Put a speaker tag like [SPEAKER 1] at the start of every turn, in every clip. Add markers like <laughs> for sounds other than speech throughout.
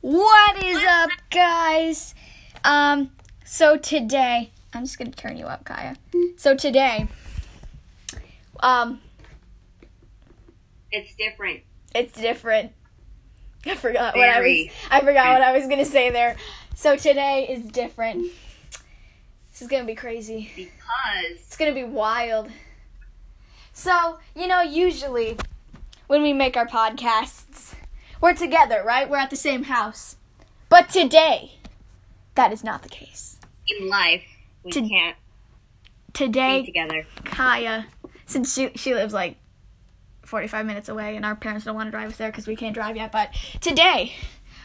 [SPEAKER 1] What is up, guys? Um, so today, I'm just gonna turn you up, Kaya. So today, um,
[SPEAKER 2] It's different.
[SPEAKER 1] it's different. I forgot what I was.
[SPEAKER 2] Very.
[SPEAKER 1] I forgot what I was gonna say there. So today is different. This is gonna be crazy.
[SPEAKER 2] Because
[SPEAKER 1] It's gonna be wild. So, you know, usually when we make our podcasts, we're together, right? We're at the same house. But today, that is not the case.
[SPEAKER 2] in life, we
[SPEAKER 1] To-
[SPEAKER 2] can't be
[SPEAKER 1] Today,
[SPEAKER 2] together.
[SPEAKER 1] Kaya, since she, she lives like 45 minutes away and our parents don't want to drive us there because we can't drive yet, but today,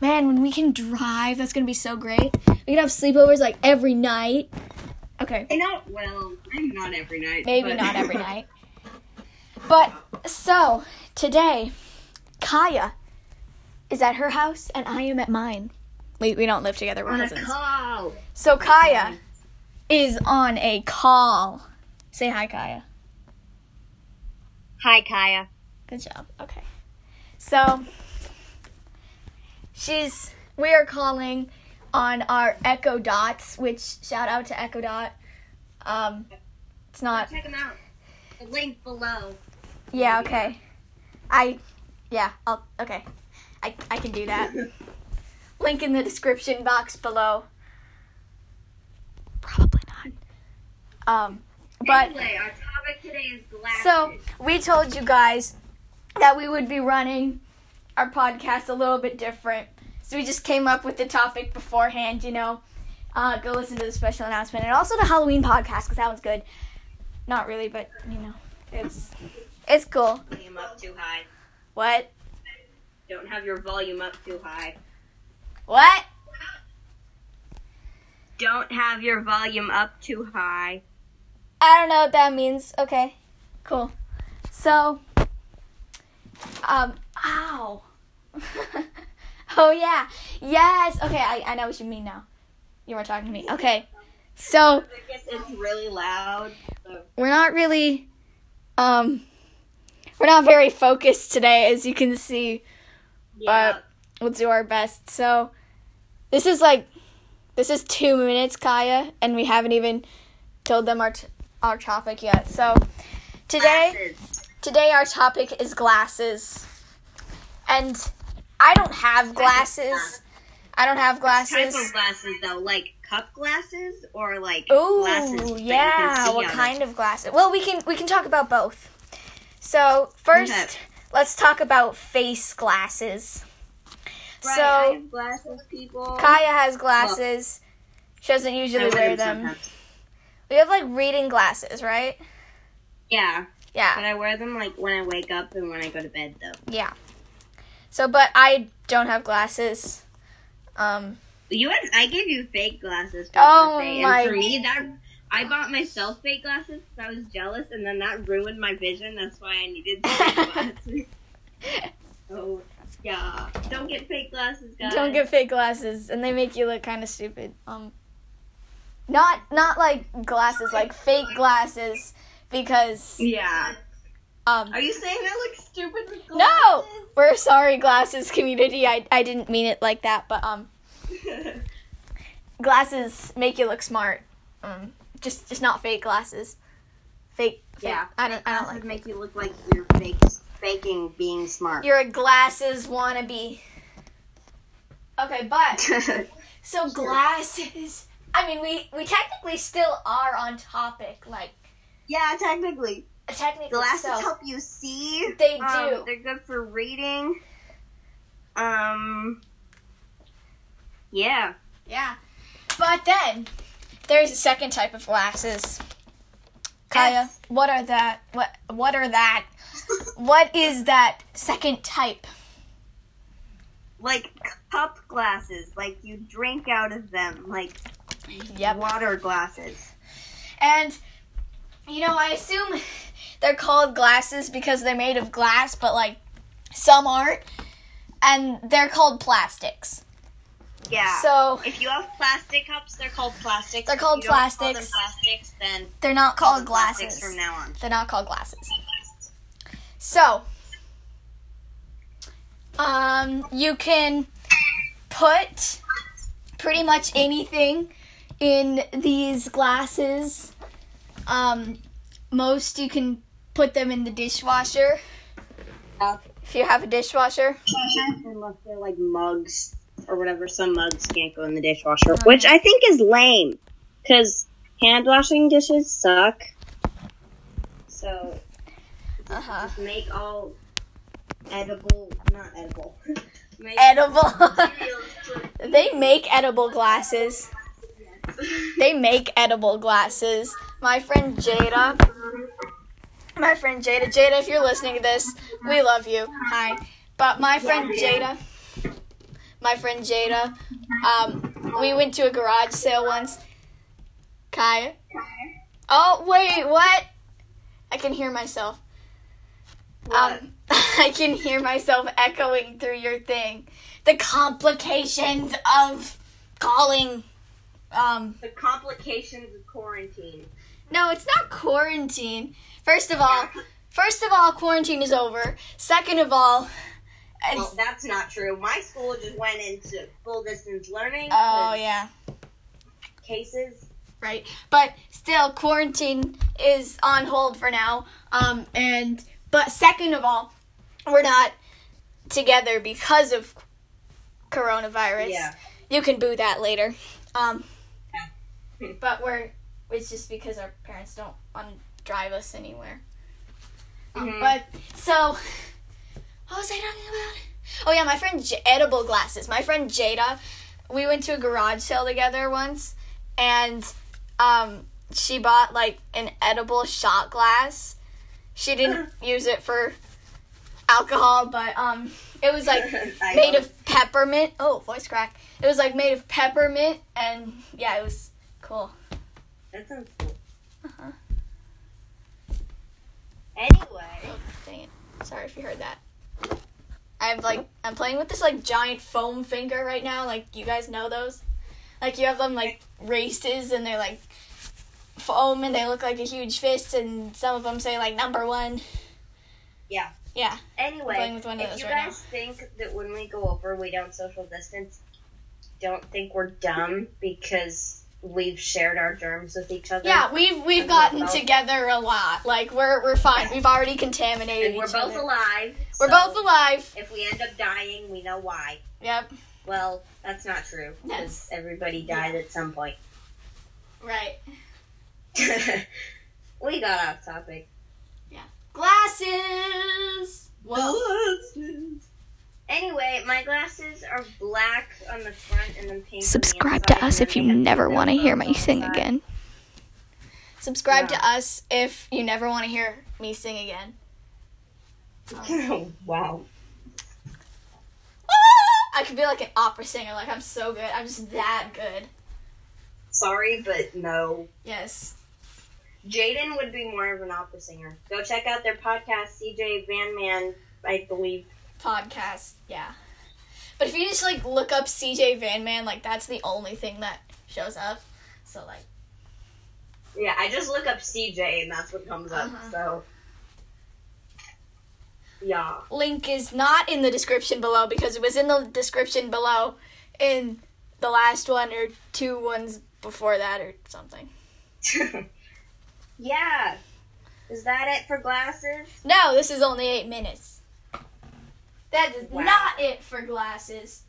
[SPEAKER 1] man, when we can drive, that's gonna be so great. We can have sleepovers like every night. Okay.
[SPEAKER 2] I know. Well, maybe not every night.
[SPEAKER 1] Maybe
[SPEAKER 2] but-
[SPEAKER 1] not
[SPEAKER 2] <laughs>
[SPEAKER 1] every night. But so today, Kaya is at her house and I am at mine. We, we don't live together. We're
[SPEAKER 2] On a
[SPEAKER 1] cousins.
[SPEAKER 2] call. Um,
[SPEAKER 1] So Kaya is on a call. Say hi, Kaya.
[SPEAKER 2] Hi, Kaya.
[SPEAKER 1] Good job. Okay. So she's we are calling on our Echo Dots, which shout out to Echo Dot. Um, it's not
[SPEAKER 2] Check them out. The link below.
[SPEAKER 1] Yeah, okay. I yeah, I'll okay. I I can do that. Link in the description box below. Probably not. Um but
[SPEAKER 2] anyway, our topic today is glasses.
[SPEAKER 1] so we told you guys that we would be running our podcast a little bit different. So we just came up with the topic beforehand, you know. Uh, go listen to the special announcement and also the Halloween podcast because that one's good. Not really, but you know, it's it's cool.
[SPEAKER 2] volume up too high.
[SPEAKER 1] What?
[SPEAKER 2] Don't have your volume up too high.
[SPEAKER 1] What?
[SPEAKER 2] Don't have your volume up too high.
[SPEAKER 1] I don't know what that means. Okay. Cool. So, um, ow. <laughs> oh, yeah. Yes. Okay, I, I know what you mean now. You were talking to me. Okay. So,
[SPEAKER 2] I guess it's really loud.
[SPEAKER 1] Uh,
[SPEAKER 2] So
[SPEAKER 1] we're not really, um, we're not very focused today, as you can see.
[SPEAKER 2] yeah.
[SPEAKER 1] We'll do our best. So, this is like, this is two minutes, Kaya, and we haven't even told them our, t- our topic yet. So, today.
[SPEAKER 2] Glasses.
[SPEAKER 1] Today our topic is glasses. And I don't have glasses. I don't have
[SPEAKER 2] Type
[SPEAKER 1] glasses.
[SPEAKER 2] of glasses though, like cup glasses or like glasses. that you
[SPEAKER 1] Ooh,
[SPEAKER 2] can
[SPEAKER 1] yeah.
[SPEAKER 2] see
[SPEAKER 1] What
[SPEAKER 2] out of.
[SPEAKER 1] kind of glasses? Well, we can we can talk about both. So, first,
[SPEAKER 2] Okay.
[SPEAKER 1] let's talk about face glasses.
[SPEAKER 2] Right, I
[SPEAKER 1] so,
[SPEAKER 2] have glasses, people.
[SPEAKER 1] Kaya has glasses. She doesn't
[SPEAKER 2] I
[SPEAKER 1] usually
[SPEAKER 2] wear
[SPEAKER 1] wear
[SPEAKER 2] them
[SPEAKER 1] them.
[SPEAKER 2] sometimes.
[SPEAKER 1] We have like reading glasses, right?
[SPEAKER 2] Yeah,
[SPEAKER 1] Yeah.
[SPEAKER 2] but I wear them like when I wake up and when I go to bed, though.
[SPEAKER 1] Yeah. So, but I don't have glasses. Um
[SPEAKER 2] You, had, I gave you fake glasses. For
[SPEAKER 1] Oh
[SPEAKER 2] birthday,
[SPEAKER 1] my-
[SPEAKER 2] And for me, that I bought myself fake glasses because I was jealous, and then that ruined my vision. That's why I
[SPEAKER 1] <laughs>
[SPEAKER 2] needed fake glasses. <laughs> Oh, yeah. Don't get fake glasses, guys.
[SPEAKER 1] Don't get fake glasses, and they make you look kind of stupid. Um, not not like glasses, like fake glasses, because
[SPEAKER 2] Yeah.
[SPEAKER 1] um.
[SPEAKER 2] Are you saying I look stupid with
[SPEAKER 1] No,
[SPEAKER 2] glasses?
[SPEAKER 1] we're sorry, glasses community. I I didn't mean it like that, but um,
[SPEAKER 2] <laughs> No.
[SPEAKER 1] glasses make you look smart. Um, just just not fake glasses. Fake. fake
[SPEAKER 2] Yeah,
[SPEAKER 1] I don't. I don't
[SPEAKER 2] Glasses
[SPEAKER 1] like.
[SPEAKER 2] make you look like you're fake, faking being smart.
[SPEAKER 1] You're a glasses wannabe. Okay, but So glasses. I mean, we we technically still are on topic, like
[SPEAKER 2] <laughs> yeah, technically.
[SPEAKER 1] technically.
[SPEAKER 2] Glasses
[SPEAKER 1] so.
[SPEAKER 2] help you see.
[SPEAKER 1] They
[SPEAKER 2] Um,
[SPEAKER 1] do.
[SPEAKER 2] They're good for reading. Um. Yeah. <laughs>
[SPEAKER 1] Yeah, but then there's a second type of glasses. Kaya,
[SPEAKER 2] Yes.
[SPEAKER 1] what are that? What what are that? What is that second type?
[SPEAKER 2] like cup glasses, like you drink out of them, like water glasses.
[SPEAKER 1] And you know, I assume <laughs> they're called glasses because they're made of glass, but like some aren't, and they're called plastics.
[SPEAKER 2] Yeah.
[SPEAKER 1] So
[SPEAKER 2] if you have plastic cups, they're called plastics.
[SPEAKER 1] They're called
[SPEAKER 2] If you don't call them
[SPEAKER 1] plastics.
[SPEAKER 2] plastics, then
[SPEAKER 1] they're not
[SPEAKER 2] call
[SPEAKER 1] called
[SPEAKER 2] them plastics
[SPEAKER 1] glasses.
[SPEAKER 2] from now on.
[SPEAKER 1] They're not called glasses. So, um, you can put pretty much anything in these glasses. Um, most you can put them in the dishwasher
[SPEAKER 2] Yeah.
[SPEAKER 1] if you have a dishwasher.
[SPEAKER 2] Unless they're like mugs or whatever. Some mugs can't go in the dishwasher, which I think is lame because hand washing dishes suck. So
[SPEAKER 1] Uh huh.
[SPEAKER 2] make all edible, not edible. <laughs> make
[SPEAKER 1] Edible. <laughs>
[SPEAKER 2] materials for-
[SPEAKER 1] they make edible glasses. They make edible glasses. My friend Jada. My friend Jada. Jada, if you're listening to this, we love you. Hi. But my friend Jada. My friend Jada. Um, we went to a garage sale once. Kaya. Oh, wait, what? I can hear myself. Um, <laughs> I can hear myself echoing through your thing. The complications of calling. Um,
[SPEAKER 2] the complications of quarantine.
[SPEAKER 1] no, it's not quarantine. First of all, first of all, quarantine is over. Second of all,
[SPEAKER 2] Well,
[SPEAKER 1] it's,
[SPEAKER 2] that's not true. My school just went into full distance learning.
[SPEAKER 1] oh
[SPEAKER 2] with
[SPEAKER 1] yeah,
[SPEAKER 2] Cases.
[SPEAKER 1] right. But still, quarantine is on hold for now. Um, and but second of all, we're not together because of coronavirus.
[SPEAKER 2] Yeah.
[SPEAKER 1] You can boo that later. Um,
[SPEAKER 2] <laughs>
[SPEAKER 1] but we're it's just because our parents don't want to drive us anywhere. Um,
[SPEAKER 2] Mhm.
[SPEAKER 1] But so, what was I talking about? Oh yeah, my friend J- edible glasses. My friend Jada, we went to a garage sale together once, and um, she bought like an edible shot glass. She didn't use it for alcohol, but um, it was
[SPEAKER 2] <laughs>
[SPEAKER 1] like
[SPEAKER 2] I
[SPEAKER 1] made
[SPEAKER 2] know.
[SPEAKER 1] of peppermint. Oh, voice crack. It was like made of peppermint, and yeah, it was cool.
[SPEAKER 2] That sounds cool.
[SPEAKER 1] Uh-huh.
[SPEAKER 2] Anyway,
[SPEAKER 1] Oh, dang it. Sorry if you heard that. I'm like I'm playing with this like giant foam finger right now. Like you guys know those? Like you have them like races and they're like foam and they look like a huge fist and some of them say like number 1.
[SPEAKER 2] yeah.
[SPEAKER 1] Yeah. playing
[SPEAKER 2] Anyway,
[SPEAKER 1] with one of
[SPEAKER 2] if
[SPEAKER 1] those
[SPEAKER 2] you
[SPEAKER 1] right
[SPEAKER 2] guys think that when we go over we don't social distance, don't think we're dumb because we've shared our germs with each other.
[SPEAKER 1] Yeah, we've we've
[SPEAKER 2] And we're
[SPEAKER 1] gotten
[SPEAKER 2] both-
[SPEAKER 1] together a lot. Like we're we're fine. We've already contaminated
[SPEAKER 2] And we're
[SPEAKER 1] each
[SPEAKER 2] both
[SPEAKER 1] other.
[SPEAKER 2] alive.
[SPEAKER 1] We're
[SPEAKER 2] so
[SPEAKER 1] both alive.
[SPEAKER 2] If we end up dying, we know why.
[SPEAKER 1] Yep.
[SPEAKER 2] Well, that's not true. 'cause
[SPEAKER 1] That's-
[SPEAKER 2] everybody died at some point. <laughs>
[SPEAKER 1] Right.
[SPEAKER 2] we got off topic.
[SPEAKER 1] Glasses. Whoa.
[SPEAKER 2] Glasses. Anyway, my glasses are black on the front and then pink. on the
[SPEAKER 1] Subscribe
[SPEAKER 2] inside,
[SPEAKER 1] to us
[SPEAKER 2] and
[SPEAKER 1] if you
[SPEAKER 2] then they have
[SPEAKER 1] never
[SPEAKER 2] those
[SPEAKER 1] want to hear
[SPEAKER 2] on
[SPEAKER 1] me
[SPEAKER 2] the
[SPEAKER 1] sing
[SPEAKER 2] side.
[SPEAKER 1] again. Subscribe
[SPEAKER 2] Yeah.
[SPEAKER 1] to us if you never want to hear me sing again.
[SPEAKER 2] <laughs>
[SPEAKER 1] <laughs>
[SPEAKER 2] wow.
[SPEAKER 1] I could be like an opera singer. Like I'm so good. I'm just that good.
[SPEAKER 2] Sorry, but no.
[SPEAKER 1] Yes.
[SPEAKER 2] Jaden would be more of an opera singer. Go check out their podcast, CJ Van Man, I believe.
[SPEAKER 1] Podcast. Yeah. But if you just like look up CJ Van Man, like that's the only thing that shows up. So like
[SPEAKER 2] Yeah, I just look up CJ and that's what comes up.
[SPEAKER 1] Uh-huh.
[SPEAKER 2] So, yeah. <laughs>
[SPEAKER 1] link is not in the description below because it was in the description below in the last one or two ones before that or something.
[SPEAKER 2] yeah. Is that it for glasses?
[SPEAKER 1] No, this is only eight minutes. That is
[SPEAKER 2] Wow.
[SPEAKER 1] not it for glasses.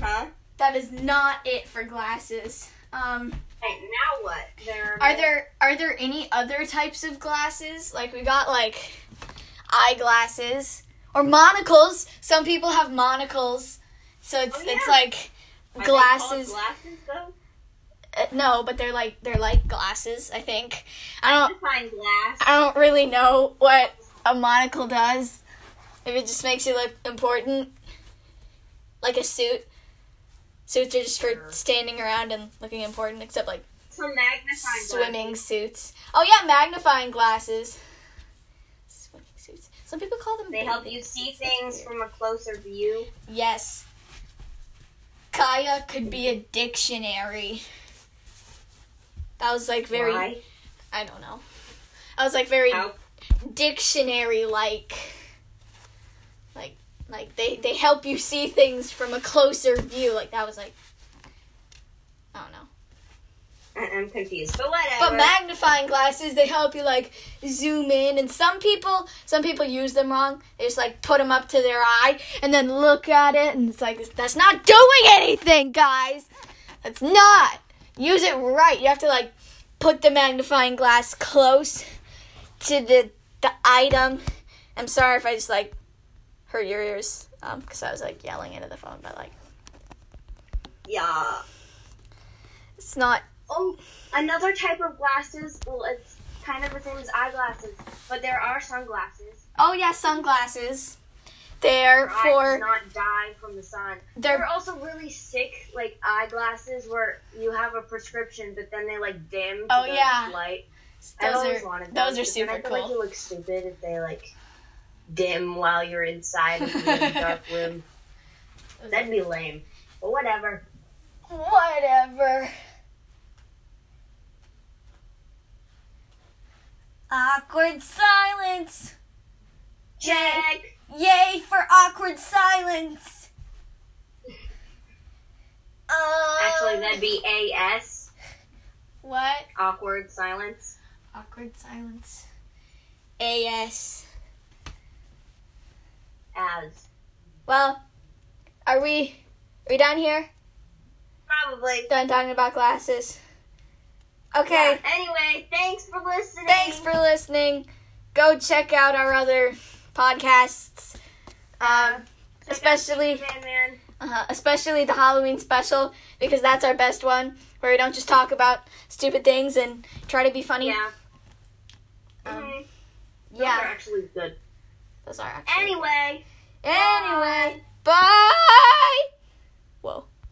[SPEAKER 2] Huh?
[SPEAKER 1] That is not it for glasses. Um,
[SPEAKER 2] Right, now what? There
[SPEAKER 1] are there are there any other types of glasses? Like we got like eyeglasses or monocles. Some people have monocles, so it's
[SPEAKER 2] Oh, yeah.
[SPEAKER 1] it's like
[SPEAKER 2] Are they
[SPEAKER 1] glasses.
[SPEAKER 2] called Glasses though?
[SPEAKER 1] Uh, no, but they're like they're like glasses. I think. I don't
[SPEAKER 2] Define glass.
[SPEAKER 1] I don't really know what a monocle does. If it just makes you look important, like a suit. Suits are just for
[SPEAKER 2] Sure.
[SPEAKER 1] standing around and looking important, except like
[SPEAKER 2] So magnifying
[SPEAKER 1] swimming suits. Oh yeah, magnifying glasses. Swimming suits. Some people call them.
[SPEAKER 2] Glasses. They help
[SPEAKER 1] bathing
[SPEAKER 2] you see
[SPEAKER 1] suits. That's
[SPEAKER 2] things
[SPEAKER 1] weird.
[SPEAKER 2] from a closer view.
[SPEAKER 1] Yes. Kaya could be a dictionary. That was like very.
[SPEAKER 2] Why?
[SPEAKER 1] I don't know. I was like very
[SPEAKER 2] How?
[SPEAKER 1] dictionary like like Like they they help you see things from a closer view. Like that was like I don't know.
[SPEAKER 2] I- I'm confused, but whatever.
[SPEAKER 1] But magnifying glasses, they help you like zoom in, and some people, some people use them wrong. They just like put them up to their eye and then look at it, and it's like that's not doing anything, guys. That's not. Use it right. You have to like put the magnifying glass close to the the item. I'm sorry if I just like hurt your ears, um, because I was like yelling into the phone, but like
[SPEAKER 2] yeah.
[SPEAKER 1] it's not.
[SPEAKER 2] Oh, another type of glasses. Well, it's kind of the same as eyeglasses, but there are sunglasses.
[SPEAKER 1] Oh yeah, sunglasses. They're
[SPEAKER 2] Your eyes
[SPEAKER 1] for
[SPEAKER 2] do not die from the sun.
[SPEAKER 1] they're
[SPEAKER 2] They're also really sick, like eyeglasses, where you have a prescription, but then they like dim. To
[SPEAKER 1] Oh,
[SPEAKER 2] the
[SPEAKER 1] yeah.
[SPEAKER 2] light. I've
[SPEAKER 1] Those
[SPEAKER 2] always
[SPEAKER 1] are
[SPEAKER 2] wanted them,
[SPEAKER 1] those are
[SPEAKER 2] because then
[SPEAKER 1] super
[SPEAKER 2] I feel Like
[SPEAKER 1] cool.
[SPEAKER 2] you look stupid if they like dim while you're inside
[SPEAKER 1] <laughs>
[SPEAKER 2] of a dark room. That'd be lame. But whatever.
[SPEAKER 1] Whatever. Awkward silence.
[SPEAKER 2] Check.
[SPEAKER 1] Yay for awkward silence. Um,
[SPEAKER 2] Actually, that'd be AS.
[SPEAKER 1] what?
[SPEAKER 2] Awkward silence.
[SPEAKER 1] Awkward silence. AS.
[SPEAKER 2] As
[SPEAKER 1] Well, are we are we done here?
[SPEAKER 2] probably.
[SPEAKER 1] Done talking about glasses. Okay.
[SPEAKER 2] Yeah, Anyway, thanks for listening.
[SPEAKER 1] Thanks for listening. Go check out our other podcasts, um, especially
[SPEAKER 2] Man, man.
[SPEAKER 1] uh, especially the Halloween special because that's our best one where we don't just talk about stupid things and try to be funny.
[SPEAKER 2] Yeah.
[SPEAKER 1] Um,
[SPEAKER 2] Mhm. Those are
[SPEAKER 1] yeah,
[SPEAKER 2] actually good.
[SPEAKER 1] those are actually.
[SPEAKER 2] Anyway.
[SPEAKER 1] Anyway, bye.